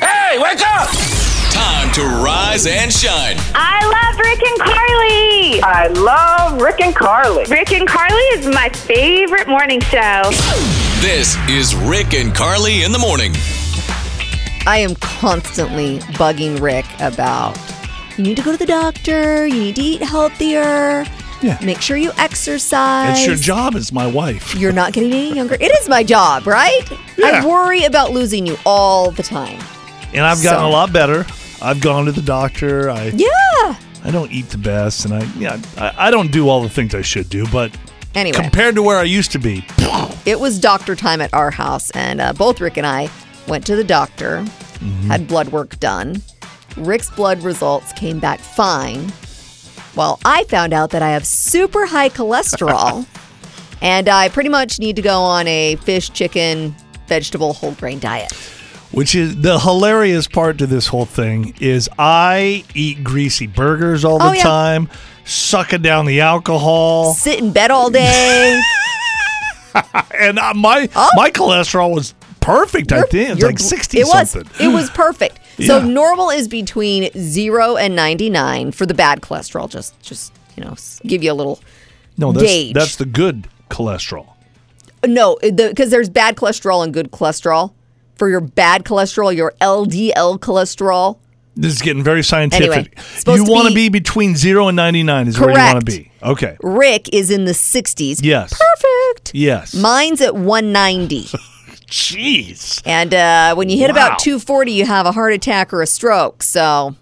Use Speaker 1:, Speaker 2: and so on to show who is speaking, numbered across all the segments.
Speaker 1: Hey, wake up!
Speaker 2: Time to rise and shine.
Speaker 3: I love Rick and Carly.
Speaker 4: I love Rick and Carly.
Speaker 3: Rick and Carly is my favorite morning show.
Speaker 2: This is Rick and Carly in the morning.
Speaker 5: I am constantly bugging Rick about you need to go to the doctor, you need to eat healthier,
Speaker 6: Yeah.
Speaker 5: make sure you exercise.
Speaker 6: It's your job as my wife.
Speaker 5: You're not getting any younger. It is my job, right?
Speaker 6: Yeah.
Speaker 5: I worry about losing you all the time.
Speaker 6: And I've gotten
Speaker 5: So-
Speaker 6: a lot better. I've gone to the doctor. I
Speaker 5: Yeah.
Speaker 6: I don't eat the best, and I yeah I, I don't do all the things I should do. But
Speaker 5: Anyway,
Speaker 6: compared to where I used to be,
Speaker 5: it was doctor time at our house, and uh, both Rick and I went to the doctor,
Speaker 6: Mm-hmm.
Speaker 5: had blood work done. Rick's blood results came back fine. Well, I found out that I have super high cholesterol, and I pretty much need to go on a fish, chicken, vegetable, whole grain diet.
Speaker 6: which is the hilarious part to this whole thing is I eat greasy burgers all the
Speaker 5: Oh, yeah.
Speaker 6: time, sucking down the alcohol,
Speaker 5: Sit in bed all day.
Speaker 6: and I, my
Speaker 5: Oh.
Speaker 6: my cholesterol was perfect. I think it's
Speaker 5: Your
Speaker 6: like
Speaker 5: bl-
Speaker 6: sixty
Speaker 5: it was,
Speaker 6: something.
Speaker 5: It was perfect. So
Speaker 6: Yeah.
Speaker 5: normal is between zero and ninety nine for the bad cholesterol. Just just you know s- give you a little
Speaker 6: no, that's
Speaker 5: gauge.
Speaker 6: that's the good cholesterol.
Speaker 5: no because there's bad cholesterol and good cholesterol. For your bad cholesterol, your LDL cholesterol,
Speaker 6: This is getting very scientific.
Speaker 5: Anyway, it's supposed
Speaker 6: you
Speaker 5: to
Speaker 6: want to
Speaker 5: be-
Speaker 6: be between zero and ninety nine is where you
Speaker 5: Correct.
Speaker 6: want to be. Okay.
Speaker 5: Rick is in the sixties.
Speaker 6: Yes.
Speaker 5: perfect.
Speaker 6: Yes.
Speaker 5: Mine's at one ninety,
Speaker 6: Jeez.
Speaker 5: and uh, when you hit
Speaker 6: Wow.
Speaker 5: about two forty, you have a heart attack or a stroke. So.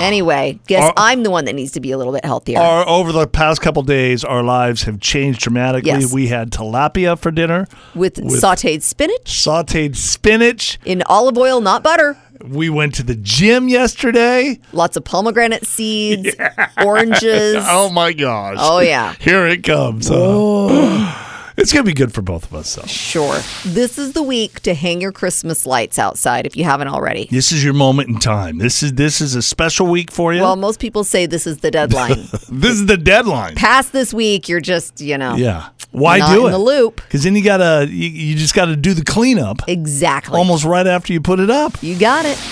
Speaker 5: Anyway, guess
Speaker 6: Are-
Speaker 5: I'm the one that needs to be a little bit healthier.
Speaker 6: Our over the past couple days, our lives have changed dramatically.
Speaker 5: Yes.
Speaker 6: We had tilapia for dinner,
Speaker 5: with,
Speaker 6: with-
Speaker 5: sauteed spinach
Speaker 6: sautéed spinach.
Speaker 5: in olive oil, not butter.
Speaker 6: We went to the gym yesterday.
Speaker 5: Lots of pomegranate seeds, oranges.
Speaker 6: my gosh!
Speaker 5: Oh, yeah.
Speaker 6: Here it comes. huh? it's gonna be good for both of us. Though.
Speaker 5: Sure. This is the week to hang your Christmas lights outside if you haven't already.
Speaker 6: This is your moment in time. This is this is a special week for you.
Speaker 5: Well, most people say this is the deadline.
Speaker 6: this is the deadline.
Speaker 5: Past this week, you're just, you know.
Speaker 6: Yeah. Why
Speaker 5: Not
Speaker 6: do
Speaker 5: in
Speaker 6: it?
Speaker 5: the loop.
Speaker 6: Because then you gotta you, you just gotta do the cleanup
Speaker 5: Exactly.
Speaker 6: almost right after you put it up.
Speaker 5: You got it.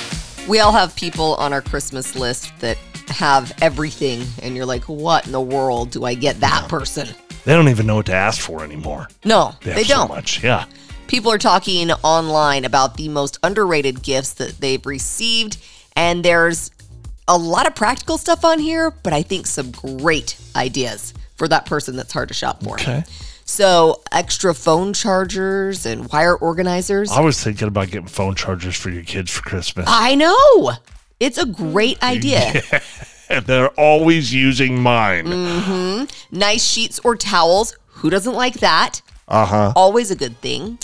Speaker 5: We all have people on our Christmas list that have everything, and you're like, what in the world do I get that person?
Speaker 6: They don't even know what to ask for anymore.
Speaker 5: No,
Speaker 6: They, have so much. Yeah.
Speaker 5: People are talking online about the most underrated gifts that they've received, and there's a lot of practical stuff on here, but I think some great ideas for that person that's hard to shop for.
Speaker 6: Okay.
Speaker 5: So, extra phone chargers and wire organizers.
Speaker 6: I was thinking about getting phone chargers for your kids for Christmas.
Speaker 5: I know. It's a great idea.
Speaker 6: They're always using mine.
Speaker 5: Mm. Nice sheets or towels. Who doesn't like that? Uh
Speaker 6: Uh-huh.
Speaker 5: huh. Always a good thing.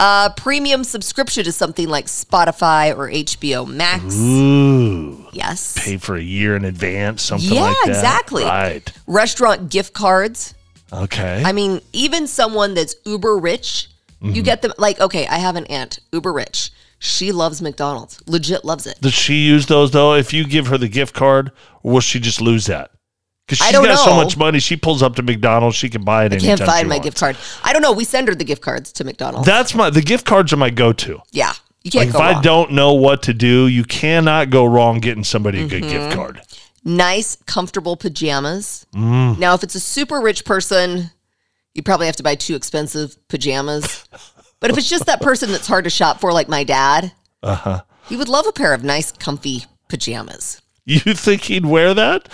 Speaker 5: Uh, premium subscription to something like Spotify or HBO Max.
Speaker 6: Ooh.
Speaker 5: Yes.
Speaker 6: Pay for a year in advance, something
Speaker 5: Yeah,
Speaker 6: like that.
Speaker 5: exactly.
Speaker 6: Right.
Speaker 5: restaurant gift cards.
Speaker 6: Okay.
Speaker 5: I mean, even someone that's uber rich,
Speaker 6: Mm-hmm.
Speaker 5: you get them like, okay, I have an aunt, uber rich. She loves McDonald's, legit loves it.
Speaker 6: Does she use those though? If you give her the gift card, or will she just lose that? Because
Speaker 5: I
Speaker 6: she's
Speaker 5: don't
Speaker 6: got so
Speaker 5: know.
Speaker 6: much money, she pulls up to McDonald's, she can buy it.
Speaker 5: I can't find my gift card. I don't know. We send her the gift cards to McDonald's.
Speaker 6: That's my the gift cards are my go to.
Speaker 5: yeah. You
Speaker 6: Like
Speaker 5: can't
Speaker 6: if
Speaker 5: go
Speaker 6: I
Speaker 5: wrong.
Speaker 6: don't know what to do, you cannot go wrong getting somebody a good
Speaker 5: Mm-hmm.
Speaker 6: gift card.
Speaker 5: Nice, comfortable pajamas.
Speaker 6: Mm.
Speaker 5: Now, if it's a super rich person, you probably have to buy two expensive pajamas. but if it's just that person that's hard to shop for, like my dad, uh-huh. he would love a pair of nice, comfy pajamas.
Speaker 6: You think he'd wear that?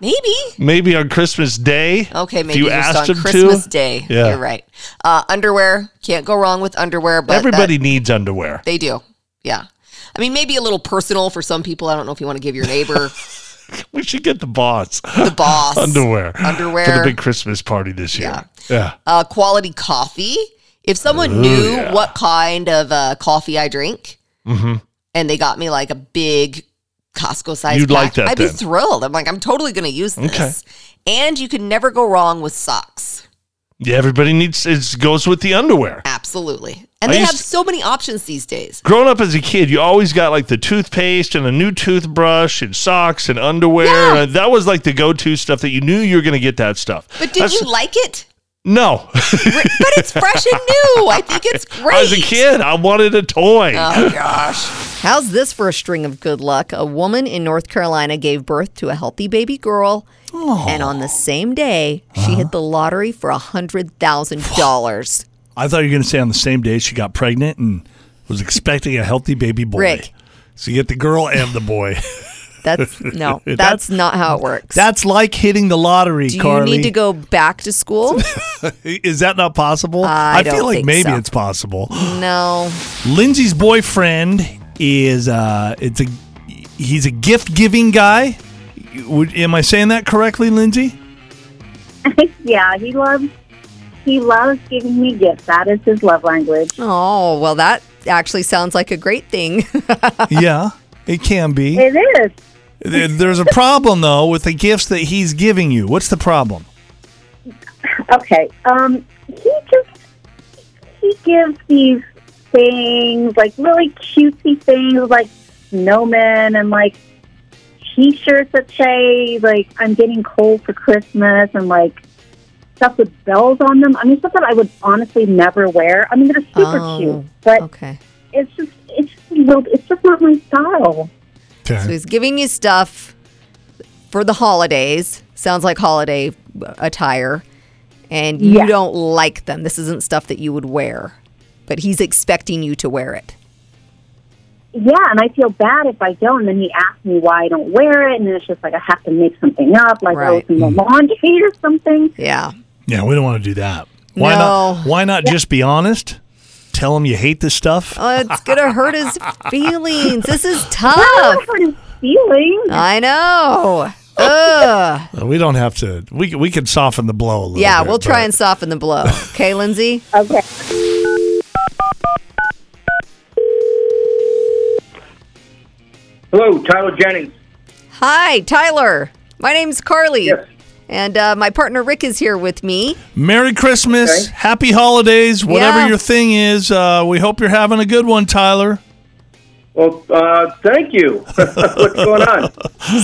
Speaker 5: Maybe.
Speaker 6: Maybe on Christmas Day.
Speaker 5: Okay,
Speaker 6: If
Speaker 5: maybe
Speaker 6: you
Speaker 5: just
Speaker 6: asked
Speaker 5: on
Speaker 6: him
Speaker 5: Christmas
Speaker 6: to.
Speaker 5: Day.
Speaker 6: Yeah.
Speaker 5: You're right. Uh, underwear can't go wrong with underwear, but that-
Speaker 6: Everybody needs underwear.
Speaker 5: they do. Yeah, I mean maybe a little personal for some people. I don't know if you want to give your neighbor,
Speaker 6: We should get the boss
Speaker 5: the boss,
Speaker 6: underwear.
Speaker 5: Underwear.
Speaker 6: for the big Christmas party this year. Yeah.
Speaker 5: uh, quality coffee. If someone knew what kind of uh, coffee I drink,
Speaker 6: Mm-hmm.
Speaker 5: and they got me like a big Costco size,
Speaker 6: You'd like that
Speaker 5: I'd be
Speaker 6: then.
Speaker 5: thrilled. I'm like, I'm totally going to use this.
Speaker 6: Okay.
Speaker 5: And you can never go wrong with socks.
Speaker 6: Yeah. Everybody needs. It goes with the underwear.
Speaker 5: Absolutely. And
Speaker 6: I
Speaker 5: they
Speaker 6: used-
Speaker 5: have so many options these days.
Speaker 6: Growing up as a kid, you always got like the toothpaste and a new toothbrush and socks and underwear.
Speaker 5: Yeah.
Speaker 6: And that was like the go-to stuff that you knew you were going to get that stuff.
Speaker 5: But did
Speaker 6: That's-
Speaker 5: you like it?
Speaker 6: No.
Speaker 5: Re- but it's fresh and new. I think it's great.
Speaker 6: As a kid, I wanted a toy.
Speaker 5: Oh gosh. How's this for a string of good luck? A woman in North Carolina gave birth to a healthy baby girl, and on the same day, she hit the lottery for a $100,000.
Speaker 6: I thought you were going to say on the same day she got pregnant and was expecting a healthy baby boy.
Speaker 5: Rick.
Speaker 6: So you get the girl and the boy.
Speaker 5: That's no, that's,
Speaker 6: That's-
Speaker 5: not how it works.
Speaker 6: That's like hitting the lottery,
Speaker 5: Do you
Speaker 6: Carly.
Speaker 5: need to go back to school?
Speaker 6: Is that not possible?
Speaker 5: I
Speaker 6: feel
Speaker 5: don't
Speaker 6: like
Speaker 5: think
Speaker 6: maybe
Speaker 5: so.
Speaker 6: it's possible.
Speaker 5: no.
Speaker 6: Lindsay's boyfriend is uh it's a he's a gift giving guy. Would, am I saying that correctly, Lindsay?
Speaker 1: yeah, he loves he loves giving me gifts. That is his love language.
Speaker 5: Oh, well, that actually sounds like a great thing.
Speaker 6: yeah, it can be.
Speaker 1: It is.
Speaker 6: There- There's a problem though with the gifts that he's giving you. What's the problem?
Speaker 1: Okay. Um he just he gives these things like really cutesy things like snowmen and like t-shirts that say like I'm getting cold for Christmas and like stuff with bells on them. I mean stuff that I would honestly never wear. I mean they're super
Speaker 5: Oh,
Speaker 1: cute, but
Speaker 5: okay.
Speaker 1: it's just it's just a little, it's just not my style.
Speaker 5: So he's giving you stuff for the holidays. Sounds like holiday attire. And you
Speaker 1: Yeah.
Speaker 5: don't like them. This isn't stuff that you would wear, but he's expecting you to wear it.
Speaker 1: yeah, and I feel bad if I don't. And then he asked me why I don't wear it, and then it's just like I have to make something up, like oh,
Speaker 5: Right.
Speaker 1: it's in the laundry or something.
Speaker 5: Yeah.
Speaker 6: Yeah, we don't want to do that. Why not?
Speaker 5: No.
Speaker 6: Why not just be honest? Tell him you hate this stuff.
Speaker 5: Oh, it's going to hurt his feelings. This is
Speaker 1: Oh,
Speaker 5: tough.
Speaker 1: for his feelings.
Speaker 5: I know. Ugh.
Speaker 6: we don't have to. We c- we can soften the blow a little.
Speaker 5: Oh. Yeah,
Speaker 6: bit,
Speaker 5: we'll try
Speaker 6: but-
Speaker 5: and soften the blow. Okay, Lindsay?
Speaker 1: Okay.
Speaker 7: Hello, Tyler Jennings.
Speaker 5: Hi, Tyler. My name's Carly.
Speaker 7: Yes.
Speaker 5: And uh, my partner Rick is here with me.
Speaker 6: Merry Christmas, Happy Holidays, whatever
Speaker 5: Yeah.
Speaker 6: your thing is. Uh, we hope you're having a good one, Tyler.
Speaker 7: Well, uh, thank you. What's going on?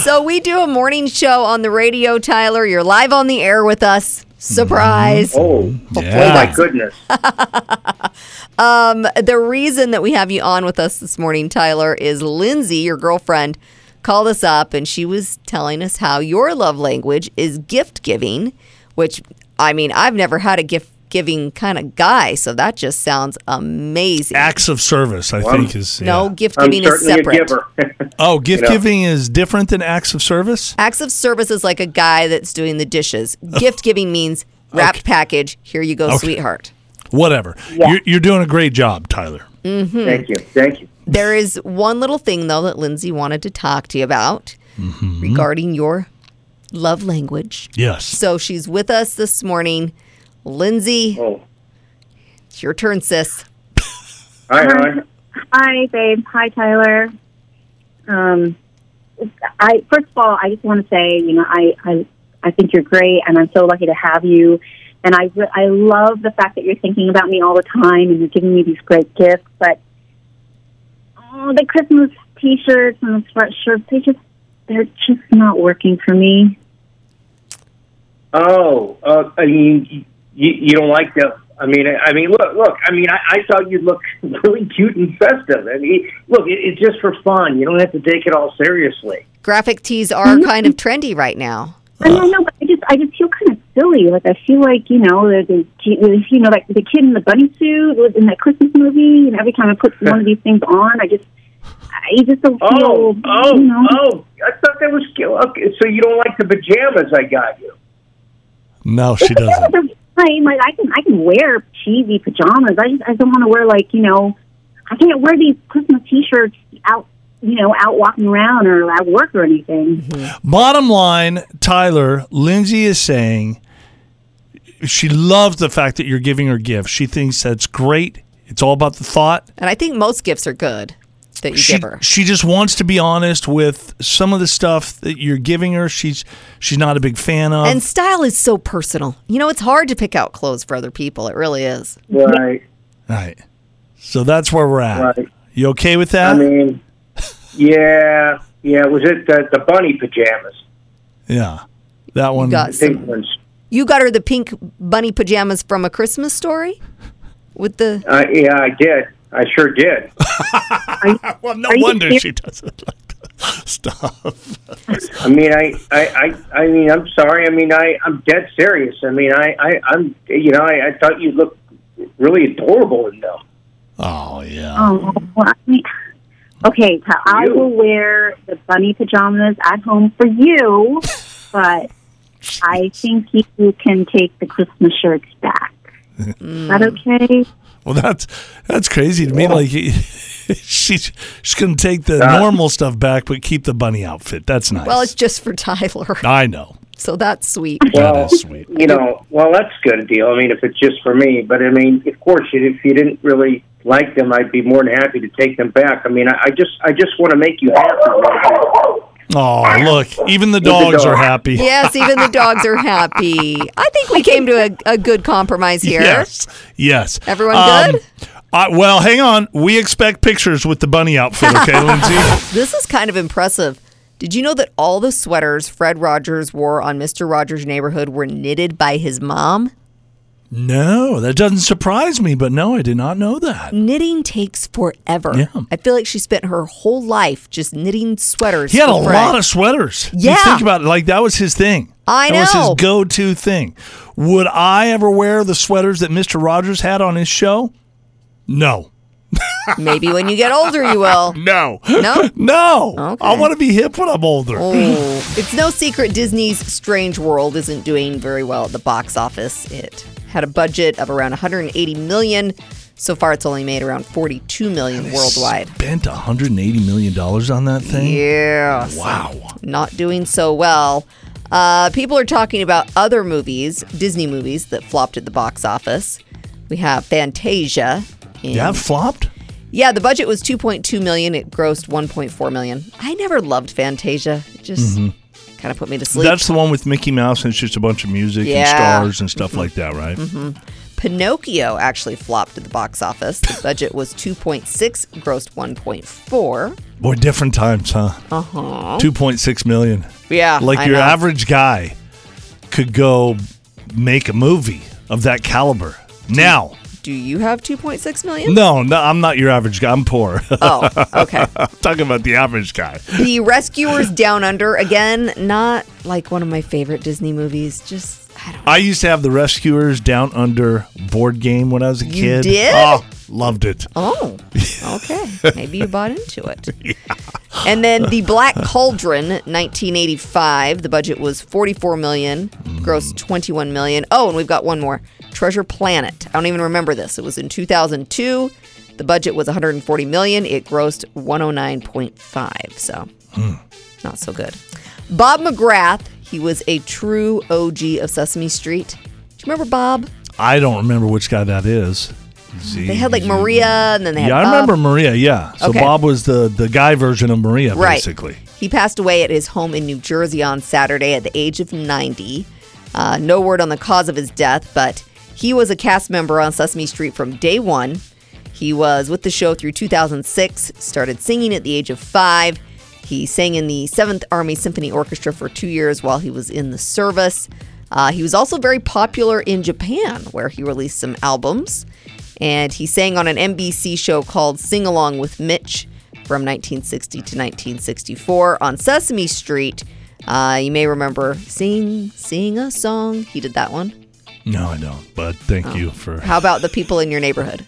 Speaker 5: So we do a morning show on the radio, Tyler. You're live on the air with us. Surprise.
Speaker 7: Oh,
Speaker 6: Yeah.
Speaker 7: oh my goodness.
Speaker 6: Mm-hmm.
Speaker 5: The reason that we have you on with us this morning, Tyler, is Lindsay, your girlfriend, called us up and she was telling us how your love language is gift giving, which I mean, I've never had a gift giving kind of guy, so that just sounds amazing.
Speaker 6: Acts of service, I think, is
Speaker 5: no,
Speaker 6: yeah.
Speaker 5: gift
Speaker 7: I'm
Speaker 5: giving is
Speaker 7: certainly a
Speaker 5: separate.
Speaker 7: giver.
Speaker 6: Oh, gift
Speaker 7: You know.
Speaker 6: giving is different than acts of service.
Speaker 5: Acts of service is like a guy that's doing the dishes. Gift giving means wrapped package. Here you go, sweetheart.
Speaker 6: Whatever. You're, you're doing a great job, Tyler.
Speaker 7: thank you. Thank you.
Speaker 5: There is one little thing though that Lindsay wanted to talk to you about regarding your love language.
Speaker 6: Yes.
Speaker 5: So she's with us this morning. Lindsay,
Speaker 7: Oh.
Speaker 5: it's your turn, sis.
Speaker 7: Hi, hi.
Speaker 1: Hi, babe. Hi, Tyler. Um, I first of all, I just want to say, you know, I I, I think you're great, and I'm so lucky to have you. And I re- I love the fact that you're thinking about me all the time, and you're giving me these great gifts. But oh, the Christmas T-shirts and the sweatshirts, they just they're just not working for me.
Speaker 7: Oh, uh, I mean, you, you don't like them. I mean, I I mean, look, look. I mean, I, I thought you'd look really cute and festive. I mean, look, it, it's just for fun. You don't have to take it all seriously.
Speaker 5: Graphic tees are kind of trendy right now.
Speaker 1: I mean, I know, but I just, I just feel kind of silly. Like I feel like you know, the, the you know, like the kid in the bunny suit was in that Christmas movie, and every time I put one of these things on, I just, I just don't
Speaker 7: Oh,
Speaker 1: feel.
Speaker 7: oh,
Speaker 1: you know.
Speaker 7: oh! I thought that was okay. So you don't like the pajamas I got you?
Speaker 6: No, she doesn't.
Speaker 1: Fine, Like I can, I can wear cheesy pajamas. I just, I don't want to wear like you know, I can't wear these Christmas T-shirts out, you know, out walking around or at work or anything.
Speaker 6: Bottom line, Tyler, Lindsay is saying she loves the fact that you're giving her gifts. She thinks that's great. It's all about the thought.
Speaker 5: And I think most gifts are good that you
Speaker 6: she,
Speaker 5: give her.
Speaker 6: she just wants to be honest with some of the stuff that you're giving her. She's she's not a big fan of.
Speaker 5: And style is so personal. You know, it's hard to pick out clothes for other people. It really is.
Speaker 7: Right.
Speaker 6: right. So that's where we're at.
Speaker 7: Right.
Speaker 6: You okay with that?
Speaker 7: I mean, yeah, yeah. Was it the, the bunny pajamas?
Speaker 6: yeah. That one.
Speaker 5: got
Speaker 7: Pink ones.
Speaker 5: You got her the pink bunny pajamas from a Christmas story with the
Speaker 7: Uh, yeah, I did. I sure did.
Speaker 6: Well, no
Speaker 1: Are you
Speaker 6: wonder
Speaker 1: serious?
Speaker 6: she doesn't like that stuff.
Speaker 7: I mean, I, I, I, I mean, I'm sorry. I mean, I, I'm dead serious. I mean, I, I I'm, you know, I, I thought you looked really adorable in them.
Speaker 6: Oh yeah.
Speaker 1: Oh, well, I mean, okay. Ty, I
Speaker 7: You.
Speaker 1: will wear the bunny pajamas at home for you, but I think you can take the Christmas shirts back. Is that okay?
Speaker 6: Well, that's that's crazy to me. Like she's she's gonna take the
Speaker 7: That-
Speaker 6: normal stuff back, but keep the bunny outfit. That's nice.
Speaker 5: Well, it's just for Tyler.
Speaker 6: I know.
Speaker 5: So that's sweet.
Speaker 7: Well,
Speaker 6: that is sweet.
Speaker 7: you know, well, that's a good deal. I mean, if it's just for me, but I mean, of course, if you didn't really like them, I'd be more than happy to take them back. I mean, I, I just, I just want to make you happy.
Speaker 6: Oh, look, even the
Speaker 7: the
Speaker 6: dogs
Speaker 7: dog.
Speaker 6: are happy.
Speaker 5: Yes, even the dogs are happy. I think we came to a, a good compromise here.
Speaker 6: Yes. Yes. Um,
Speaker 5: Everyone good?
Speaker 6: I, well, hang on. We expect pictures with the bunny outfit, okay, Lindsay?
Speaker 5: This is kind of impressive. Did you know that all the sweaters Fred Rogers wore on Mr. Rogers' Neighborhood were knitted by his mom?
Speaker 6: No, that doesn't surprise me, but no, I did not know that.
Speaker 5: Knitting takes forever.
Speaker 6: Yeah.
Speaker 5: I feel like she spent her whole life just knitting sweaters.
Speaker 6: He had a
Speaker 5: for Fred.
Speaker 6: lot of sweaters. You
Speaker 5: Yeah.
Speaker 6: think about it, like that was his thing.
Speaker 5: I
Speaker 6: That was
Speaker 5: know.
Speaker 6: his go to thing. Would I ever wear the sweaters that Mr. Rogers had on his show? No.
Speaker 5: Maybe when you get older, you will.
Speaker 6: No.
Speaker 5: No?
Speaker 6: No.
Speaker 5: Okay.
Speaker 6: I want to be hip when I'm older.
Speaker 5: Oh. It's no secret Disney's Strange World isn't doing very well at the box office. It had a budget of around 180 million. So far it's only made around 42 million worldwide.
Speaker 6: Spent $180 million on that thing?
Speaker 5: Yeah.
Speaker 6: Wow.
Speaker 5: not doing so well. Uh, people are talking about other movies, Disney movies that flopped at the box office. We have Fantasia. and-
Speaker 6: That flopped?
Speaker 5: Yeah, the budget was 2.2 million. It grossed 1.4 million. I never loved Fantasia. It just kind of put me to sleep.
Speaker 6: Mm-hmm. That's the one with Mickey Mouse and it's just a bunch of music
Speaker 5: Yeah. Mm-hmm.
Speaker 6: and stars and stuff like that, right?
Speaker 5: Pinocchio actually flopped at the box office. The budget was 2.6, grossed 1.4.
Speaker 6: Boy, different times, huh?
Speaker 5: Uh
Speaker 6: Uh-huh.
Speaker 5: huh.
Speaker 6: 2.6 million.
Speaker 5: Yeah,
Speaker 6: Like
Speaker 5: I
Speaker 6: your
Speaker 5: know.
Speaker 6: average guy could go make a movie of that caliber. Now,
Speaker 5: Do you have 2.6 million?
Speaker 6: no, no, I'm not your average guy. I'm poor.
Speaker 5: Oh, okay.
Speaker 6: I'm talking about the average guy.
Speaker 5: The Rescuers Down Under again, not like one of my favorite Disney movies. Just I don't. know.
Speaker 6: I used to have the Rescuers Down Under board game when I was a kid.
Speaker 5: did?
Speaker 6: Oh, loved it.
Speaker 5: Oh, okay. Maybe you bought into it. And then the Black Cauldron, 1985. The budget was 44 million,
Speaker 6: Mm.
Speaker 5: gross 21 million. Oh, and we've got one more, Treasure Planet. I don't even remember this. It was in 2002. The budget was 140 million. It grossed 109.5. So
Speaker 6: Hmm.
Speaker 5: not so good. Bob McGrath. He was a true OG of Sesame Street. Do you remember Bob?
Speaker 6: I don't remember which guy that is.
Speaker 5: They had like Maria, and then they had
Speaker 6: Yeah, I
Speaker 5: Bob.
Speaker 6: remember Maria. Yeah, so
Speaker 5: Okay.
Speaker 6: Bob was the the guy version of Maria,
Speaker 5: Right.
Speaker 6: basically.
Speaker 5: He passed away at his home in New Jersey on Saturday at the age of 90. Uh, no word on the cause of his death, but he was a cast member on Sesame Street from day one. He was with the show through 2006, started singing at the age of five. He sang in the 7th Army Symphony Orchestra for two years while he was in the service. Uh, he was also very popular in Japan, where he released some albums. And he sang on an NBC show called Sing Along with Mitch from 1960 to 1964 on Sesame Street. Uh, you may remember Sing, Sing a Song. He did that one.
Speaker 6: No, I don't. But thank you for.
Speaker 5: Oh. How about the people in your neighborhood?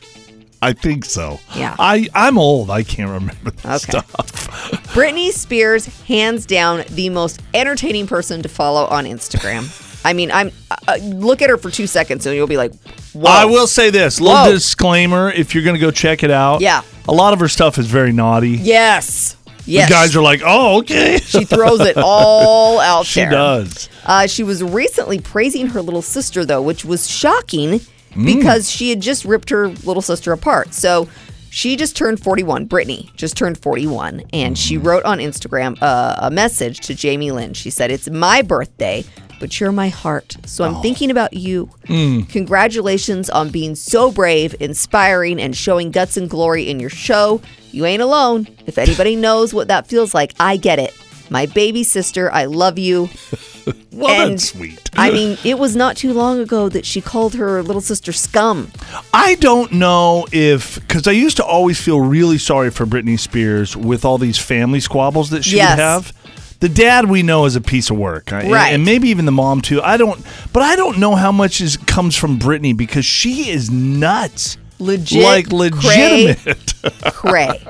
Speaker 6: I think so.
Speaker 5: Yeah.
Speaker 6: I I'm old. I can't remember this
Speaker 5: Okay.
Speaker 6: stuff.
Speaker 5: Britney Spears, hands down, the most entertaining person to follow on Instagram. I mean, I'm uh, look at her for two seconds and you'll be like, "Whoa!"
Speaker 6: I will say this. Little
Speaker 5: Whoa.
Speaker 6: disclaimer: if you're gonna go check it out,
Speaker 5: Yeah.
Speaker 6: a lot of her stuff is very naughty.
Speaker 5: Yes, yes.
Speaker 6: The guys are like, oh, okay.
Speaker 5: she throws it all out
Speaker 6: She
Speaker 5: there.
Speaker 6: does.
Speaker 5: Uh, she was recently praising her little sister, though, which was shocking because she had just ripped her little sister apart. So she just turned 41. Brittany just turned 41. And she wrote on Instagram uh, a message to Jamie Lynn. She said, It's my birthday, but you're my heart. So I'm thinking about you. Congratulations on being so brave, inspiring, and showing guts and glory in your show. You ain't alone. If anybody knows what that feels like, I get it. My baby sister, I love you.
Speaker 6: Well,
Speaker 5: And-
Speaker 6: that's sweet.
Speaker 5: I mean, it was not too long ago that she called her little sister scum.
Speaker 6: I don't know if because I used to always feel really sorry for Britney Spears with all these family squabbles that she
Speaker 5: Yes.
Speaker 6: would have. The dad we know is a piece of work, I-
Speaker 5: Right.
Speaker 6: And maybe even the mom too. I don't, but I don't know how much is comes from Britney because she is nuts,
Speaker 5: Legit,
Speaker 6: like legitimate.
Speaker 5: cray.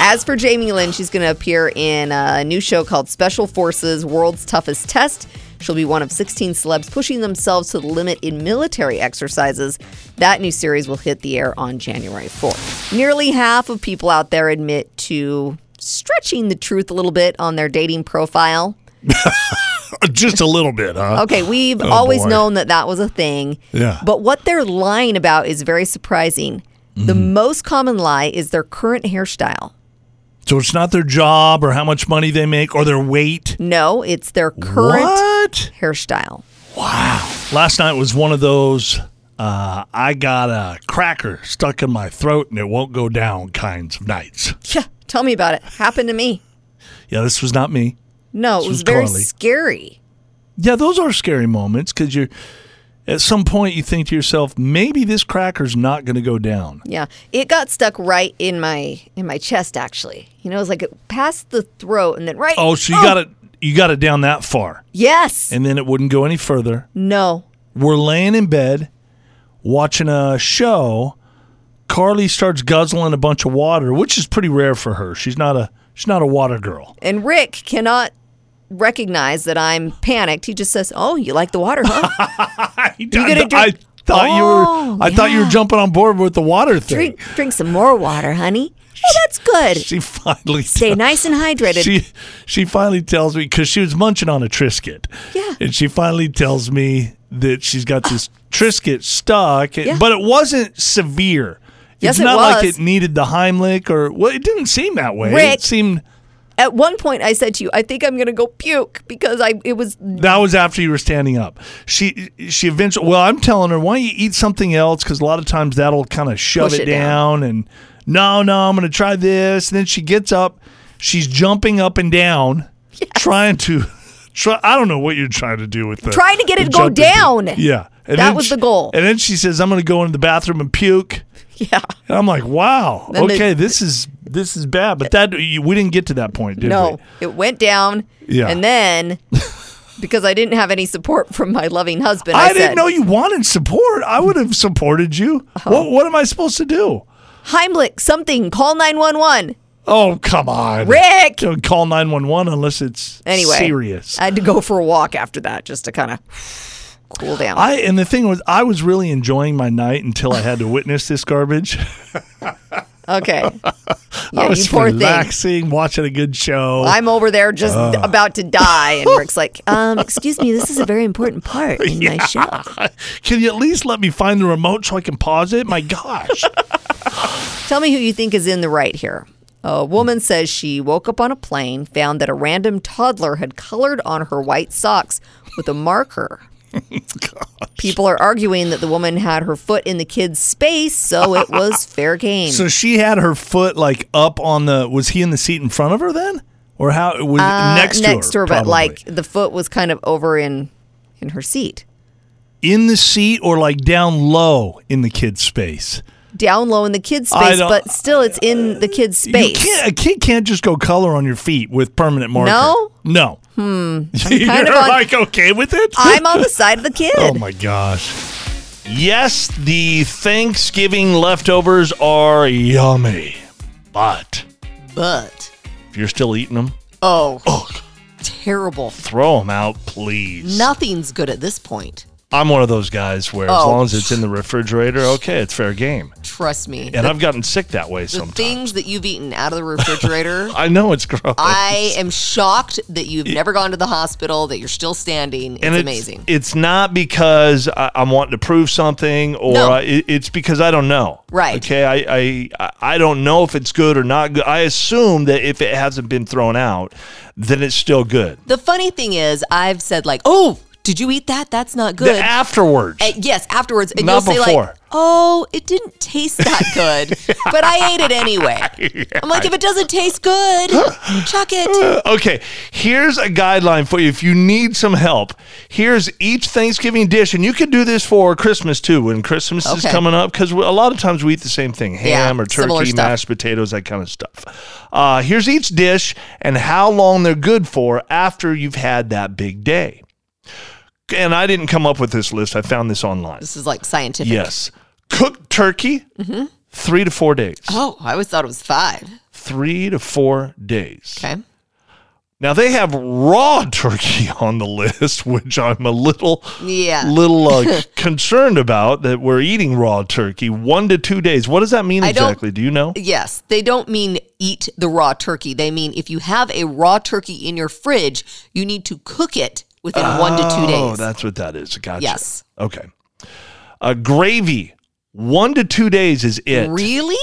Speaker 5: As for Jamie Lynn, she's going to appear in a new show called Special Forces World's Toughest Test. She'll be one of 16 celebs pushing themselves to the limit in military exercises. That new series will hit the air on January 4th. Nearly half of people out there admit to stretching the truth a little bit on their dating profile.
Speaker 6: Just a little bit, huh?
Speaker 5: Okay, we've always
Speaker 6: Oh, boy.
Speaker 5: known that that was a thing.
Speaker 6: Yeah.
Speaker 5: But what they're lying about is very surprising. The
Speaker 6: Mm-hmm.
Speaker 5: most common lie is their current hairstyle.
Speaker 6: So it's not their job or how much money they make or their weight.
Speaker 5: No, it's their current
Speaker 6: What?
Speaker 5: hairstyle.
Speaker 6: Last night was one of those. Uh, I got a cracker stuck in my throat and it won't go down kinds of nights.
Speaker 5: Yeah, tell me about it. Happened to me.
Speaker 6: Yeah, this was not me.
Speaker 5: No,
Speaker 6: This
Speaker 5: it
Speaker 6: was
Speaker 5: was very
Speaker 6: Carly.
Speaker 5: scary.
Speaker 6: Yeah, those are scary moments because you're at some point you think to yourself, maybe this cracker's not going to go down.
Speaker 5: Yeah, it got stuck right in my in my chest. Actually, you know, it was like it passed the throat and then right.
Speaker 6: Oh, so you got it. You got it down that far,
Speaker 5: Yes.
Speaker 6: and then it wouldn't go any further.
Speaker 5: no.
Speaker 6: We're laying in bed watching a show. Carly starts guzzling a bunch of water, which is pretty rare for her. She's not a she's not a water girl.
Speaker 5: And Rick cannot recognize that I'm panicked. He just says, "Oh, you like the water, huh?
Speaker 6: You
Speaker 5: gonna
Speaker 6: I,
Speaker 5: drink-
Speaker 6: thought you
Speaker 5: Oh,
Speaker 6: were I thought you were
Speaker 5: yeah.
Speaker 6: jumping on board with the water thing.
Speaker 5: drink drink some more water, honey. Oh, that's good.
Speaker 6: She finally
Speaker 5: Stay nice and hydrated."
Speaker 6: she she finally tells me because she was munching on a Triscuit.
Speaker 5: Yeah.
Speaker 6: And she finally tells me that she's got this Triscuit stuck,
Speaker 5: Yeah.
Speaker 6: but it wasn't severe.
Speaker 5: Yes,
Speaker 6: it's
Speaker 5: it
Speaker 6: not like
Speaker 5: was.
Speaker 6: it needed the Heimlich or well, it didn't seem that way.
Speaker 5: Rick.
Speaker 6: It seemed
Speaker 5: At one point, I said to you, "I think I'm going to go puke because I it was
Speaker 6: that was after you were standing up. She she eventually well, I'm telling her why don't you eat something else because a lot of times that'll kind of shove
Speaker 5: Push
Speaker 6: it,
Speaker 5: it down.
Speaker 6: down. and no no I'm gonna try this and then she gets up, she's jumping up and down, trying to. Try, I don't know what you're trying to do with that.
Speaker 5: Trying to get it to go down.
Speaker 6: Yeah. And
Speaker 5: That
Speaker 6: then
Speaker 5: was
Speaker 6: she-
Speaker 5: the goal.
Speaker 6: And then she says, "I'm going to go into the bathroom and puke."
Speaker 5: yeah."
Speaker 6: And I'm like, "Wow,
Speaker 5: Then they-
Speaker 6: okay, this is this is bad." But that you, we didn't get to that point, did
Speaker 5: No,
Speaker 6: we?
Speaker 5: it went down.
Speaker 6: Yeah.
Speaker 5: And then, because I didn't have any support from my loving husband, I,
Speaker 6: I, didn't
Speaker 5: said,
Speaker 6: know you wanted support. I would have supported you.
Speaker 5: Uh-huh.
Speaker 6: What What am I supposed to do?
Speaker 5: Heimlich, something, call 911.
Speaker 6: Oh, come on,
Speaker 5: Rick!
Speaker 6: Don't call nine one one unless it's
Speaker 5: Anyway,
Speaker 6: serious.
Speaker 5: I had to go for a walk after that just to kind of cool down.
Speaker 6: I and the thing was, I was really enjoying my night until I had to witness this garbage.
Speaker 5: okay.
Speaker 6: I
Speaker 5: Yeah, you
Speaker 6: was
Speaker 5: poor thing.
Speaker 6: relaxing, watching a good show.
Speaker 5: I'm over there just about to die. And Rick's like, um, excuse me, this is a very important part in my show.
Speaker 6: Can you at least let me find the remote so I can pause it? My gosh.
Speaker 5: Tell me who you think is in the right here. A woman says she woke up on a plane, found that a random toddler had colored on her white socks with a marker. People are arguing that the woman had her foot in the kid's space, so it was fair game.
Speaker 6: so she had her foot like up on the. Was he in the seat in front of her then, or how was
Speaker 5: Uh,
Speaker 6: next to her?
Speaker 5: but
Speaker 6: probably.
Speaker 5: like the foot was kind of over in in her seat,
Speaker 6: in the seat or like down low in the kid's space.
Speaker 5: down low in the kid's
Speaker 6: I
Speaker 5: space,
Speaker 6: don't-
Speaker 5: but still it's in the kid's space.
Speaker 6: You can't, a kid can't just go color on your feet with permanent marker.
Speaker 5: No?
Speaker 6: no. Hmm. You're
Speaker 5: kind of on-
Speaker 6: like okay with it.
Speaker 5: I'm on the side of the kid.
Speaker 6: Oh my gosh. Yes, the Thanksgiving leftovers are yummy, but
Speaker 5: But
Speaker 6: if you're still eating them,
Speaker 8: Oh, terrible.
Speaker 6: throw them out, please.
Speaker 8: Nothing's good at this point.
Speaker 6: I'm one of those guys where as
Speaker 8: Oh.
Speaker 6: long as it's in the refrigerator, okay, it's fair game.
Speaker 8: Trust me.
Speaker 6: And I've gotten sick that way
Speaker 8: the
Speaker 6: sometimes.
Speaker 8: things that you've eaten out of the refrigerator,
Speaker 6: I know it's gross.
Speaker 8: I am shocked that you've never gone to the hospital, that you're still standing. It's
Speaker 6: and
Speaker 8: amazing.
Speaker 6: It's not because I, I'm wanting to prove something, or
Speaker 8: No.
Speaker 6: I, it- it's because I don't know.
Speaker 8: Right.
Speaker 6: Okay. I, I I- I don't know if it's good or not good. I assume that if it hasn't been thrown out, then it's still good.
Speaker 8: the funny thing is, I've said, like, oh, Did you eat that? That's not
Speaker 6: The
Speaker 8: good.
Speaker 6: afterwards.
Speaker 8: Uh, yes, afterwards, and
Speaker 6: Not
Speaker 8: you'll say
Speaker 6: before.
Speaker 8: like, "Oh, it didn't taste that good, but I ate it anyway." I'm like, if it doesn't taste good, chuck it.
Speaker 6: Okay, here's a guideline for you if you need some help. Here's each Thanksgiving dish, and you can do this for Christmas too when Christmas is
Speaker 8: Okay.
Speaker 6: coming up because a lot of times we eat the same thing
Speaker 8: Yeah,
Speaker 6: ham or
Speaker 8: similar
Speaker 6: turkey,
Speaker 8: stuff.
Speaker 6: mashed potatoes, that kind of stuff. Uh, here's each dish and how long they're good for after you've had that big day. And I didn't come up with this list, I found this online.
Speaker 8: This is like scientific.
Speaker 6: Yes, cooked turkey, three to four days.
Speaker 8: Mm-hmm. Oh, I always thought it was five.
Speaker 6: Three to four days.
Speaker 8: Okay.
Speaker 6: Now they have raw turkey on the list, which I'm a little,
Speaker 8: Yeah.
Speaker 6: little uh, concerned about that we're eating raw turkey one to two days. What does that mean
Speaker 8: I don't-
Speaker 6: exactly? Do you know?
Speaker 8: Yes, they don't mean eat the raw turkey. They mean if you have a raw turkey in your fridge, you need to cook it within one to two
Speaker 6: Oh,
Speaker 8: days.
Speaker 6: that's what that is. Gotcha.
Speaker 8: Yes.
Speaker 6: Okay. Uh, gravy, one to two days is it.
Speaker 8: really?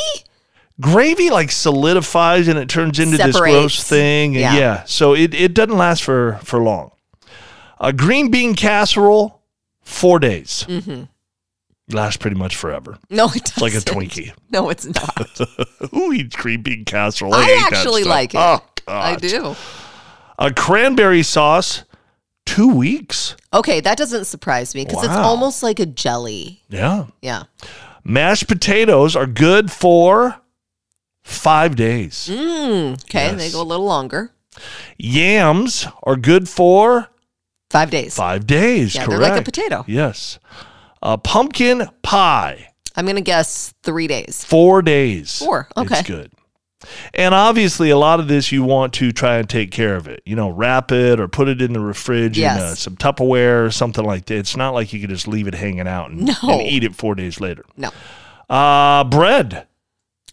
Speaker 6: gravy like solidifies and it turns into this gross
Speaker 8: Separates.
Speaker 6: thing. And yeah.
Speaker 8: Yeah.
Speaker 6: So it, it doesn't last for, for long. A green bean casserole, four days. Mm-hmm. Lasts pretty much forever.
Speaker 8: No, it doesn't.
Speaker 6: like a Twinkie.
Speaker 8: No, it's not.
Speaker 6: Who eats green bean casserole?
Speaker 8: I
Speaker 6: hate that
Speaker 8: actually
Speaker 6: stuff.
Speaker 8: like it.
Speaker 6: Oh,
Speaker 8: I
Speaker 6: God.
Speaker 8: do.
Speaker 6: A cranberry sauce, two weeks.
Speaker 8: Okay, that doesn't surprise me because it's
Speaker 6: Wow.
Speaker 8: almost like a jelly.
Speaker 6: Yeah.
Speaker 8: Yeah.
Speaker 6: Mashed potatoes are good for five days.
Speaker 8: Mm. Okay,
Speaker 6: Yes.
Speaker 8: they go a little longer.
Speaker 6: Yams are good for
Speaker 8: Five days.
Speaker 6: Five days,
Speaker 8: Yeah,
Speaker 6: correct.
Speaker 8: they're like a potato.
Speaker 6: Yes. A pumpkin pie,
Speaker 8: I'm gonna guess three days.
Speaker 6: four days.
Speaker 8: Four, okay.
Speaker 6: It's good. And obviously, a lot of this you want to try and take care of it. You know, wrap it or put it in the refrige
Speaker 8: Yes.
Speaker 6: in uh, some Tupperware or something like that. It's not like you can just leave it hanging out and,
Speaker 8: No.
Speaker 6: and eat it four days later.
Speaker 8: No.
Speaker 6: Uh, bread,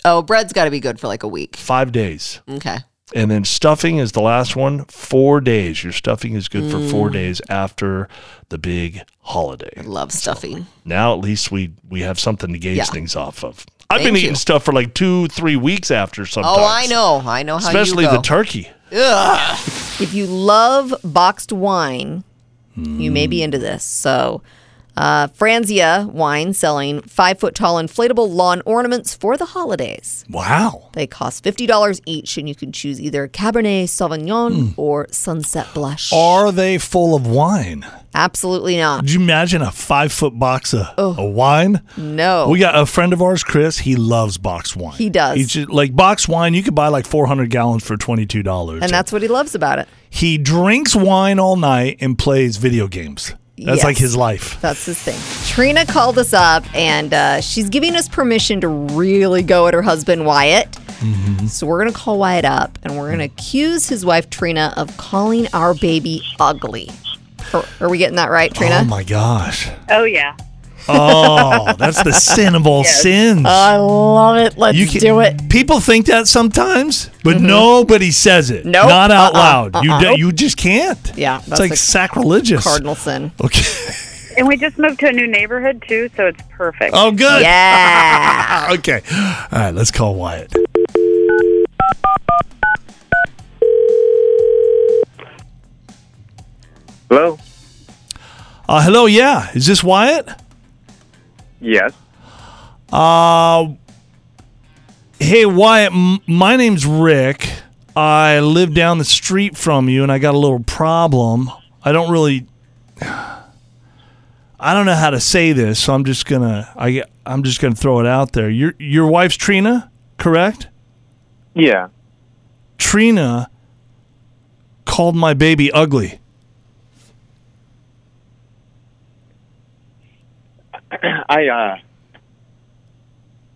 Speaker 8: Oh, bread's got to be good for like a week.
Speaker 6: five days.
Speaker 8: Okay.
Speaker 6: And then stuffing is the last one, four days. Your stuffing is good for
Speaker 8: Mm.
Speaker 6: four days after the big holiday.
Speaker 8: Love stuffing.
Speaker 6: Now at least we we have something to gauge
Speaker 8: Yeah.
Speaker 6: things off of. I've been
Speaker 8: Thank
Speaker 6: eating
Speaker 8: you.
Speaker 6: stuff for like two, three weeks after sometimes.
Speaker 8: Oh, I know. I know how
Speaker 6: Especially
Speaker 8: you go.
Speaker 6: the turkey.
Speaker 5: If you love boxed wine, you may be into this. So, uh, Franzia wine selling five foot tall inflatable lawn ornaments for the holidays.
Speaker 6: Wow.
Speaker 5: They cost $50 each, and you can choose either Cabernet Sauvignon or Sunset Blush.
Speaker 6: Hmm. Are they full of wine?
Speaker 5: Absolutely not.
Speaker 6: Did you imagine a five foot box of, of wine?
Speaker 5: No.
Speaker 6: We got a friend of ours, Chris. He loves boxed wine.
Speaker 5: He does.
Speaker 6: He's just, like boxed wine, you could buy like 400 gallons for $22.
Speaker 5: and that's what he loves about it.
Speaker 6: he drinks wine all night and plays video games. That's
Speaker 5: Yes.
Speaker 6: like his life.
Speaker 5: That's his thing. Trina called us up and uh, she's giving us permission to really go at her husband, Wyatt.
Speaker 6: Mm-hmm.
Speaker 5: So we're going to call Wyatt up and we're going to accuse his wife, Trina, of calling our baby ugly. Are, are we getting that right, Trina?
Speaker 6: Oh my gosh.
Speaker 4: Oh, yeah.
Speaker 6: Oh, that's the sin of all sins.
Speaker 8: Uh,
Speaker 5: I love it. Let's
Speaker 6: You can
Speaker 5: do it. Mm-hmm.
Speaker 6: People think that sometimes, but nobody says it.
Speaker 5: Nope.
Speaker 6: not out
Speaker 5: Uh-uh.
Speaker 6: loud. You
Speaker 5: Uh-uh.
Speaker 6: d- you just can't.
Speaker 5: Yeah,
Speaker 6: it's
Speaker 5: that's
Speaker 6: like
Speaker 5: a
Speaker 6: sacrilegious.
Speaker 5: Cardinal sin.
Speaker 6: Okay.
Speaker 4: And we just moved to a new neighborhood, too, so it's perfect.
Speaker 6: Oh, good.
Speaker 5: Yeah.
Speaker 6: Ah, okay. All right. Let's call Wyatt.
Speaker 7: Hello?
Speaker 6: Uh, hello. Yeah. Is this Wyatt?
Speaker 7: Yes.
Speaker 6: Uh, hey Wyatt. M- my name's Rick. I live down the street from you, and I got a little problem. I don't really. I don't know how to say this, so I'm just gonna I I'm just gonna throw it out there. Your your wife's Trina, correct?
Speaker 7: Yeah.
Speaker 6: Trina called my baby ugly.
Speaker 7: I uh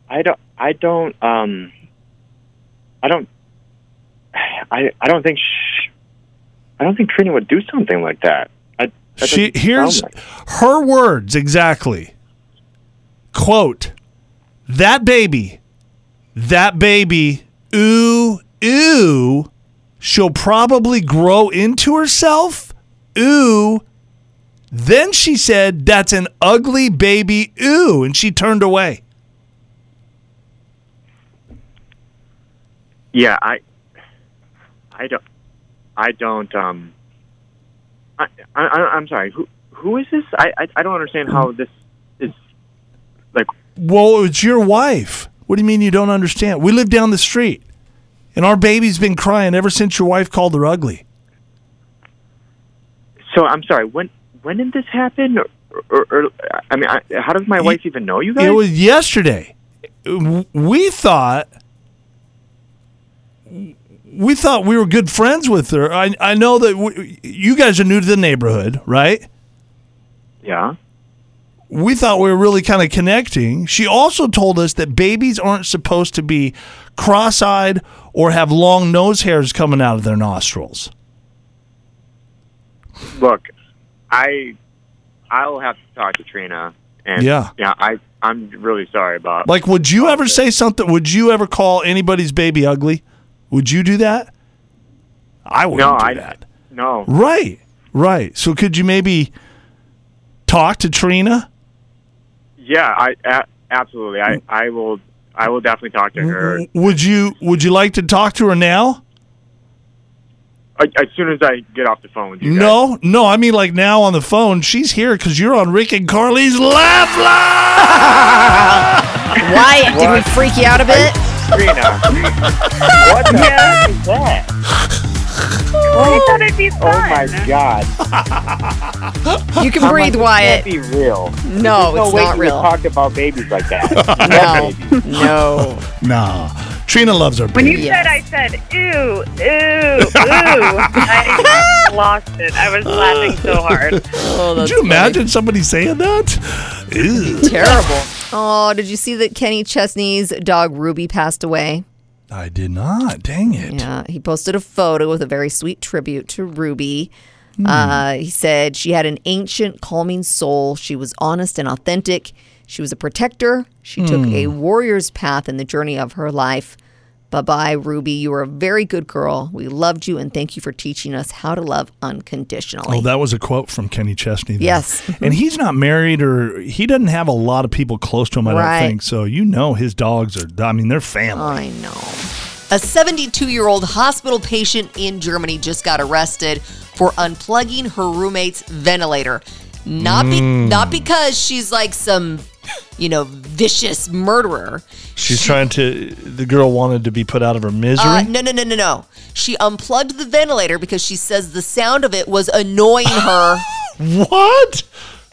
Speaker 7: I don't I don't um I don't I I don't think sh I don't think Trina would do something like that. I, that
Speaker 6: She
Speaker 7: doesn't sound
Speaker 6: here's
Speaker 7: like-
Speaker 6: her words exactly. Quote That baby, that baby, ooh, ooh, she'll probably grow into herself. Ooh. Then she said, That's an ugly baby, ooh, and she turned away.
Speaker 7: yeah, I I don't I don't um I, I I'm sorry. Who who is this? I, I I don't understand how this is like.
Speaker 6: Well, it's your wife. What do you mean you don't understand? We live down the street, and our baby's been crying ever since your wife called her ugly.
Speaker 7: So I'm sorry. When when did this happen? Or, or, or I mean, I, how does my wife even know you guys?
Speaker 6: It was yesterday. W- We thought we thought we were good friends with her. I I know that w you guys are new to the neighborhood, right?
Speaker 7: yeah.
Speaker 6: we thought we were really kind of connecting. She also told us that babies aren't supposed to be cross eyed or have long nose hairs coming out of their nostrils.
Speaker 7: Look, I I'll have to talk to Trina. And
Speaker 6: Yeah.
Speaker 7: Yeah. I I'm really sorry about.
Speaker 6: Like, would you ever say something? Would you ever call anybody's baby ugly? Would you do that? I wouldn't
Speaker 7: no,
Speaker 6: do
Speaker 7: I
Speaker 6: that.
Speaker 7: no.
Speaker 6: Right, right. So, could you maybe talk to Trina?
Speaker 7: Yeah. I a- absolutely. I I will I will definitely talk to her
Speaker 6: W- Would you Would you like to talk to her now?
Speaker 7: as as soon as I get off the phone with you. guys.
Speaker 6: Mm-hmm. No, no, I mean like now on the phone. She's here because you're on Rick and Carly's laugh line.
Speaker 5: Wyatt, did we freak you out a bit?
Speaker 7: Trina. what the heck is that?
Speaker 4: I thought it'd be fun.
Speaker 7: Oh my god.
Speaker 5: You can breathe,
Speaker 7: Can't
Speaker 5: Wyatt.
Speaker 7: be real.
Speaker 5: No,
Speaker 7: No
Speaker 5: it's
Speaker 7: way
Speaker 5: not
Speaker 7: you
Speaker 5: real.
Speaker 7: talked about babies like that.
Speaker 5: No, no.
Speaker 6: nah, Trina loves her
Speaker 4: When
Speaker 6: baby.
Speaker 4: you said I said ooh ooh ooh, I lost it. I was laughing so hard.
Speaker 5: Oh,
Speaker 6: Could
Speaker 5: that's
Speaker 6: you imagine somebody saying that? Ew.
Speaker 5: terrible. Oh, did you see that Kenny Chesney's dog Ruby passed away?
Speaker 6: I did not. Dang it.
Speaker 5: Yeah, he posted a photo with a very sweet tribute to Ruby. Uh, he said she had an ancient, calming soul. She was honest and authentic. She was a protector. She took a warrior's path in the journey of her life. Bye bye, Ruby. You were a very good girl. We loved you and thank you for teaching us how to love unconditionally.
Speaker 6: Oh, that was a quote from Kenny Chesney. there.
Speaker 5: Yes.
Speaker 6: And he's not married or he doesn't have a lot of people close to him, I
Speaker 5: Right.
Speaker 6: don't think. So you know his dogs are, I mean, they're family.
Speaker 5: I know.
Speaker 8: A 72 year old hospital patient in Germany just got arrested for unplugging her roommate's ventilator. Not, be-
Speaker 6: Mm.
Speaker 8: not because she's like some, you know, vicious murderer.
Speaker 5: Oh.
Speaker 6: She's trying to, the girl wanted to be put out of her misery.
Speaker 8: Uh, no, no, no, no, no. She unplugged the ventilator because she says the sound of it was annoying her.
Speaker 6: what?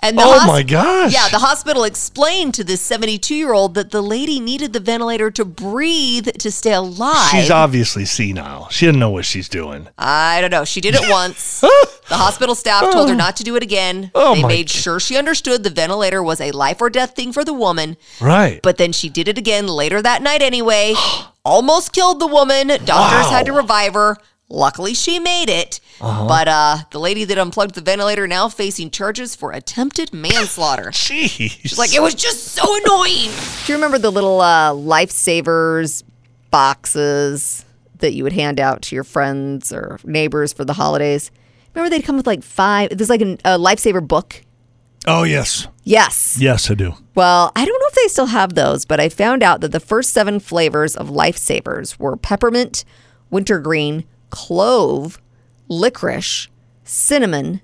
Speaker 8: And the
Speaker 6: Oh
Speaker 8: hos-
Speaker 6: my gosh.
Speaker 8: Yeah, the hospital explained to this 72 year old that the lady needed the ventilator to breathe to stay alive.
Speaker 6: She's obviously senile. She doesn't know what she's doing.
Speaker 8: I don't know. She did it once.
Speaker 5: Uh,
Speaker 8: the hospital staff told her not to do it again.
Speaker 6: Oh
Speaker 8: they
Speaker 6: my
Speaker 8: made
Speaker 6: g-
Speaker 8: sure she understood the ventilator was a life or death thing for the woman,
Speaker 6: Right.
Speaker 8: but then she did it again later that night anyway. Almost killed the woman. Doctors had to revive her. Luckily, she made it.
Speaker 6: Uh-huh.
Speaker 8: But uh, the lady that unplugged the ventilator now facing charges for attempted manslaughter.
Speaker 6: Jeez.
Speaker 8: She's like, it was just so annoying.
Speaker 5: Do you remember the little uh, lifesavers boxes that you would hand out to your friends or neighbors for the holidays? Remember they'd come with like five. There's like an, a lifesaver book.
Speaker 6: oh yes,
Speaker 5: Yes.
Speaker 6: yes I do.
Speaker 5: Well, I don't know if they still have those, but I found out that the first seven flavors of lifesavers were peppermint, wintergreen, clove, licorice, cinnamon,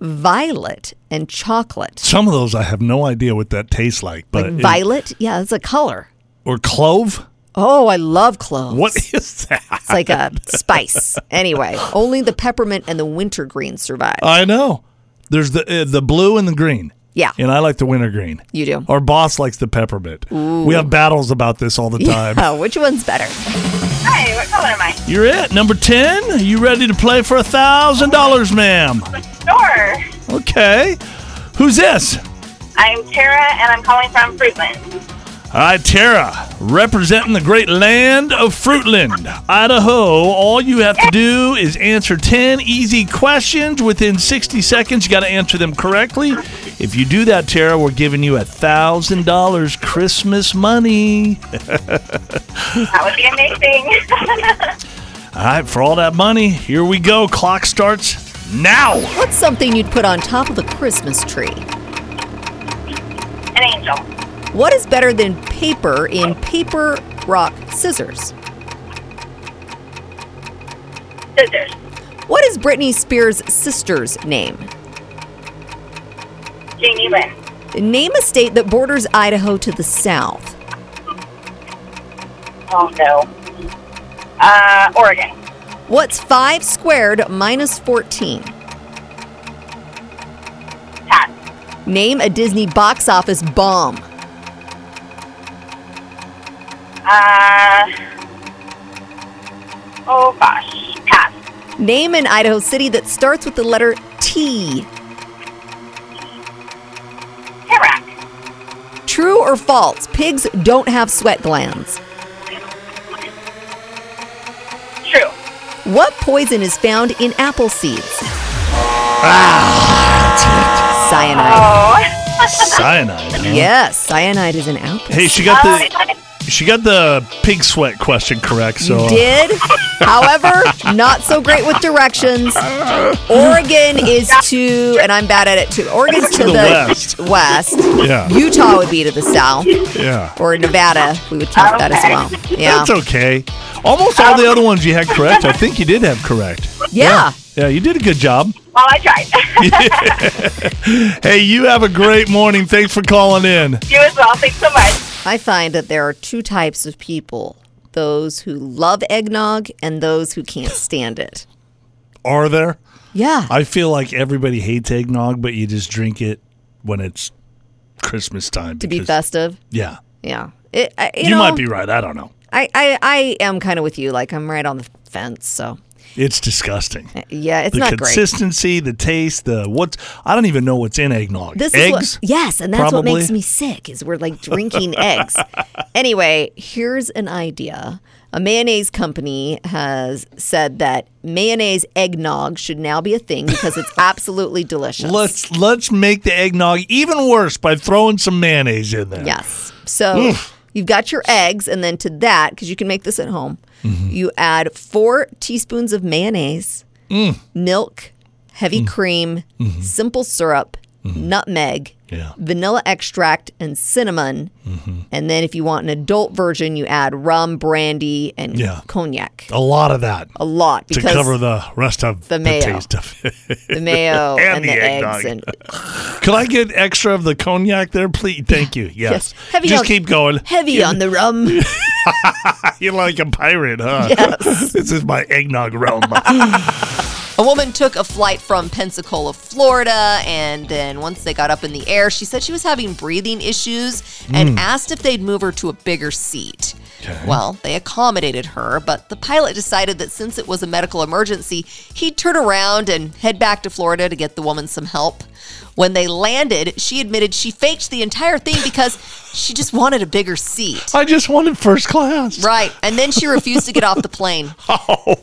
Speaker 5: violet, and chocolate.
Speaker 6: Some of those I have no idea what that tastes like, but Uh, it-
Speaker 5: Violet? Yeah, that's a color.
Speaker 6: or clove.
Speaker 5: Oh, I love cloves.
Speaker 6: What is that?
Speaker 5: It's like a spice. Anyway, only the peppermint and the wintergreen survive.
Speaker 6: I know. There's the uh, the blue and the green.
Speaker 5: Yeah.
Speaker 6: and I like the wintergreen.
Speaker 5: You do.
Speaker 6: Our boss likes the peppermint. We have battles about this all the time.
Speaker 5: Yeah, which one's better?
Speaker 4: Hey, what color am I?
Speaker 6: You're it, number ten. Are you ready to play for a thousand dollars, ma'am?
Speaker 4: Sure.
Speaker 6: Okay. Who's this?
Speaker 4: I'm Tara, and I'm calling from Fruitland.
Speaker 6: All right, Tara, representing the great land of Fruitland, Idaho. All you have to do is answer 10 easy questions within 60 seconds. You got to answer them correctly. If you do that, Tara, we're giving you $1,000 Christmas money.
Speaker 4: That would be amazing.
Speaker 6: All right, for all that money, here we go. Clock starts now.
Speaker 5: What's something you'd put on top of a Christmas tree?
Speaker 4: An angel.
Speaker 5: What is better than paper in paper, rock, scissors?
Speaker 4: Scissors.
Speaker 5: What is Britney Spears' sister's name?
Speaker 4: Jamie Lynn.
Speaker 5: Name a state that borders Idaho to the south.
Speaker 4: Oh no. Uh, Oregon.
Speaker 5: What's 5 squared minus 14?
Speaker 4: Pass.
Speaker 5: Name a Disney box office bomb.
Speaker 4: Uh, oh gosh. Pass.
Speaker 5: Name an Idaho city that starts with the letter T.
Speaker 4: Iraq.
Speaker 5: True or false? Pigs don't have sweat glands.
Speaker 4: True.
Speaker 5: What poison is found in apple seeds? Cyanide.
Speaker 4: Oh.
Speaker 6: Cyanide. huh?
Speaker 5: Yes, cyanide is an apple.
Speaker 6: Hey, she got the she got the pig sweat question correct. So
Speaker 5: You
Speaker 6: uh,
Speaker 5: did. However, not so great with directions. Oregon is to, and I'm bad at it too. Oregon's to the
Speaker 6: the west.
Speaker 5: west.
Speaker 6: Yeah.
Speaker 5: Utah would be to the south,
Speaker 6: yeah,
Speaker 5: or Nevada. We would count that as well. Yeah.
Speaker 6: that's okay. Almost all the other ones you had correct. I think you did have correct.
Speaker 5: Um, Yeah.
Speaker 6: Yeah, you did a good job.
Speaker 4: Well, I tried.
Speaker 6: Hey, you have a great morning. Thanks for calling in.
Speaker 4: you as well. Thanks so much.
Speaker 5: I find that there are two types of people those who love eggnog and those who can't stand it.
Speaker 6: Are there?
Speaker 5: Yeah.
Speaker 6: I feel like everybody hates eggnog, but you just drink it when it's Christmas time.
Speaker 5: to be
Speaker 6: because-
Speaker 5: festive.
Speaker 6: Yeah.
Speaker 5: Yeah. It, I, you
Speaker 6: You,
Speaker 5: know,
Speaker 6: might be right. I don't know.
Speaker 5: I, I, I am kind of with you. Like, I'm right on the fence. So,
Speaker 6: It's disgusting.
Speaker 5: yeah, it's
Speaker 6: the
Speaker 5: not great.
Speaker 6: consistency, the taste, the what's I don't even know what's in eggnog.
Speaker 5: This
Speaker 6: Eggs?
Speaker 5: is what, yes, and that's what makes
Speaker 6: Probably.
Speaker 5: me sick is we're like drinking eggs. Anyway, here's an idea. A mayonnaise company has said that mayonnaise eggnog should now be a thing because it's absolutely delicious.
Speaker 6: Let's let's make the eggnog even worse by throwing some mayonnaise in there.
Speaker 5: Yes. So you've got your eggs, and then to that, because you can make this at home,
Speaker 6: Mm-hmm.
Speaker 5: you add four teaspoons of mayonnaise,
Speaker 6: Mm.
Speaker 5: milk, heavy cream, simple syrup, nutmeg,
Speaker 6: Mm-hmm. Yeah. Mm-hmm.
Speaker 5: vanilla extract, and cinnamon. And then if you want an adult version, you add rum, brandy, and
Speaker 6: Yeah.
Speaker 5: cognac.
Speaker 6: A lot of that
Speaker 5: A lot
Speaker 6: to
Speaker 5: Oh, because
Speaker 6: cover the rest of
Speaker 5: the
Speaker 6: the,
Speaker 5: mayo.
Speaker 6: taste of it.
Speaker 5: the mayo
Speaker 6: and
Speaker 5: and,
Speaker 6: the
Speaker 5: the,
Speaker 6: eggnog.
Speaker 5: eggs and
Speaker 6: Could I get extra of the cognac there, please? Thank you. Yes.
Speaker 5: yes. Heavy
Speaker 6: Just
Speaker 5: on-
Speaker 6: keep going.
Speaker 5: heavy on the rum.
Speaker 6: You're like a pirate, huh?
Speaker 5: Yes.
Speaker 6: this is my eggnog realm.
Speaker 8: A woman took a flight from Pensacola, Florida, and then once they got up in the air, she said she was having breathing issues and asked if they'd move her to a bigger seat. Well, they accommodated her, but the pilot decided that since it was a medical emergency, he'd turn around and head back to Florida to get the woman some help. When they landed, she admitted she faked the entire thing because she just wanted a bigger seat.
Speaker 6: I just wanted first class.
Speaker 8: Right. And then she refused to get off the plane.
Speaker 6: Oh,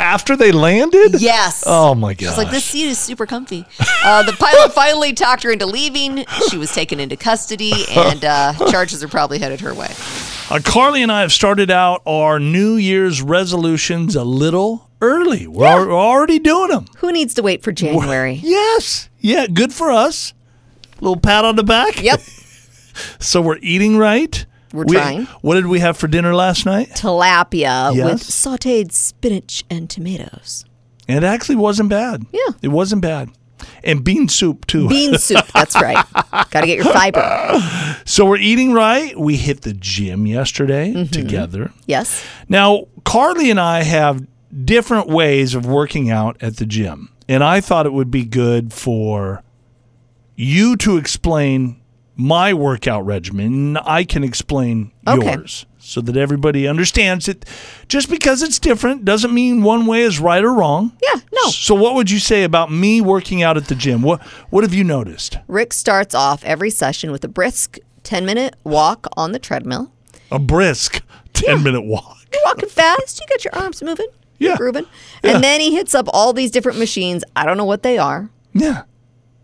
Speaker 6: after they landed?
Speaker 8: Yes.
Speaker 6: Oh my god.
Speaker 8: She's like, this seat is super comfy. Uh, the pilot finally talked her into leaving. She was taken into custody, and uh, charges are probably headed her way.
Speaker 6: Uh, Carly and I have started out our New Year's resolutions a little early. We're al- we're already doing them.
Speaker 5: Who needs to wait for January?
Speaker 6: Yes. Yeah, good for us. Little pat on the back.
Speaker 5: Yep.
Speaker 6: So we're eating right.
Speaker 5: We're
Speaker 6: We-
Speaker 5: trying.
Speaker 6: What did we have for dinner last night?
Speaker 5: tilapia with
Speaker 6: Yes.
Speaker 5: sauteed spinach and tomatoes.
Speaker 6: It actually wasn't bad.
Speaker 5: Yeah.
Speaker 6: It wasn't bad. And bean soup too.
Speaker 5: Bean soup, that's right. Got to get your fiber.
Speaker 6: so we're eating right. We hit the gym yesterday
Speaker 5: Mm-hmm.
Speaker 6: together.
Speaker 5: Yes.
Speaker 6: Now, Carly and I have different ways of working out at the gym. And I thought it would be good for you to explain my workout regimen. and I can explain
Speaker 5: Okay.
Speaker 6: yours so that everybody understands it. Just because it's different doesn't mean one way is right or wrong.
Speaker 5: Yeah, no.
Speaker 6: So what would you say about me working out at the gym? What what have you noticed?
Speaker 5: Rick starts off every session with a brisk 10 minute walk on the treadmill.
Speaker 6: A brisk 10-minute walk.
Speaker 5: You're walking fast, you got your arms moving,
Speaker 6: Yeah.
Speaker 5: you're grooving. And then he hits up all these different machines. I don't know what they are,
Speaker 6: Yeah.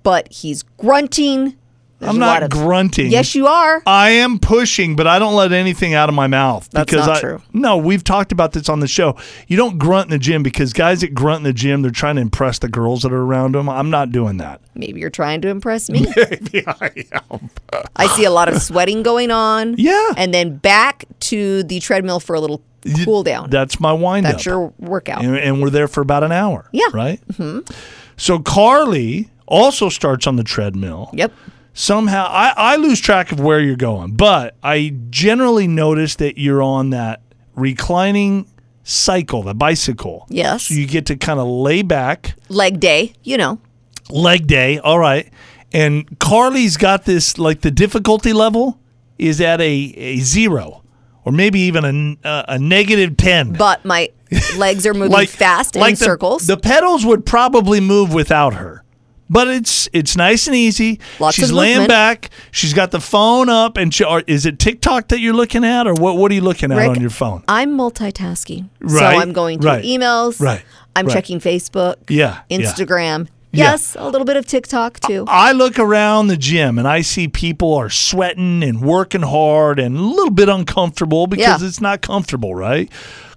Speaker 5: but he's grunting. There's
Speaker 6: I'm
Speaker 5: a lot
Speaker 6: not
Speaker 5: of-
Speaker 6: grunting.
Speaker 5: Yes, you are.
Speaker 6: I am pushing, but I don't let anything out of my mouth.
Speaker 5: That's
Speaker 6: because
Speaker 5: not
Speaker 6: I,
Speaker 5: true.
Speaker 6: No, we've talked about this on the show. You don't grunt in the gym because guys that grunt in the gym, they're trying to impress the girls that are around them. I'm not doing that.
Speaker 5: Maybe you're trying to impress me. Maybe I am. I see a lot of sweating going on.
Speaker 6: Yeah.
Speaker 5: And then back to the treadmill for a little cool down.
Speaker 6: That's my wind
Speaker 5: That's
Speaker 6: up.
Speaker 5: your workout.
Speaker 6: and, and we're there for about an hour.
Speaker 5: Yeah. Mm-hmm.
Speaker 6: Right? So Carly also starts on the treadmill.
Speaker 5: Yep.
Speaker 6: somehow I, I lose track of where you're going, but I generally notice that you're on that reclining cycle, the bicycle.
Speaker 5: Yes.
Speaker 6: So you get to kind of lay back,
Speaker 5: Leg day, you know.
Speaker 6: leg day. All right. And Carly's got this, like the difficulty level is at a, a zero or maybe even a n- a, a negative 10.
Speaker 5: But my legs are moving fast in
Speaker 6: like the-
Speaker 5: circles.
Speaker 6: The pedals would probably move without her. But it's it's nice and easy.
Speaker 5: Lots
Speaker 6: she's
Speaker 5: of
Speaker 6: laying
Speaker 5: movement.
Speaker 6: back. She's got the phone up, and she, or is it TikTok that you're looking at, or what? What are you looking at
Speaker 5: Rick,
Speaker 6: on your phone?
Speaker 5: I'm multitasking. So
Speaker 6: Right,
Speaker 5: I'm going through
Speaker 6: right,
Speaker 5: emails.
Speaker 6: right,
Speaker 5: I'm
Speaker 6: right.
Speaker 5: checking Facebook.
Speaker 6: Yeah, yeah.
Speaker 5: Instagram.
Speaker 6: Yeah.
Speaker 5: Yes, a little bit of TikTok too.
Speaker 6: I look around the gym and I see people are sweating and working hard and a little bit uncomfortable because
Speaker 5: Yeah.
Speaker 6: it's not comfortable, right?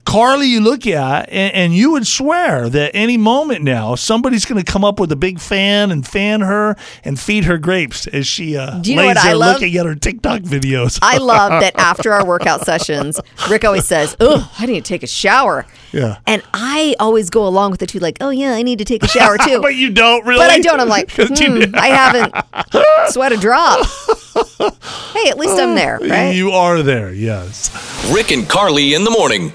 Speaker 6: Carly, you look at and, and you would swear that any moment now somebody's going to come up with a big fan and fan her and feed her grapes as she uh,
Speaker 5: Do you know
Speaker 6: lays
Speaker 5: what I
Speaker 6: there
Speaker 5: love?
Speaker 6: looking at her TikTok videos.
Speaker 5: I love that after our workout sessions, Rick always says, "Oh, I need to take a shower."
Speaker 6: Yeah.
Speaker 5: And I always go along with the two, like, "Oh yeah, I need to take a shower too."
Speaker 6: but you don't really.
Speaker 5: But I don't. I'm like,
Speaker 6: 'Cause you-
Speaker 5: "Hmm, I haven't sweat a drop. hey, at least I'm there, right?
Speaker 6: You are there, yes.
Speaker 2: Rick and Carly in the morning.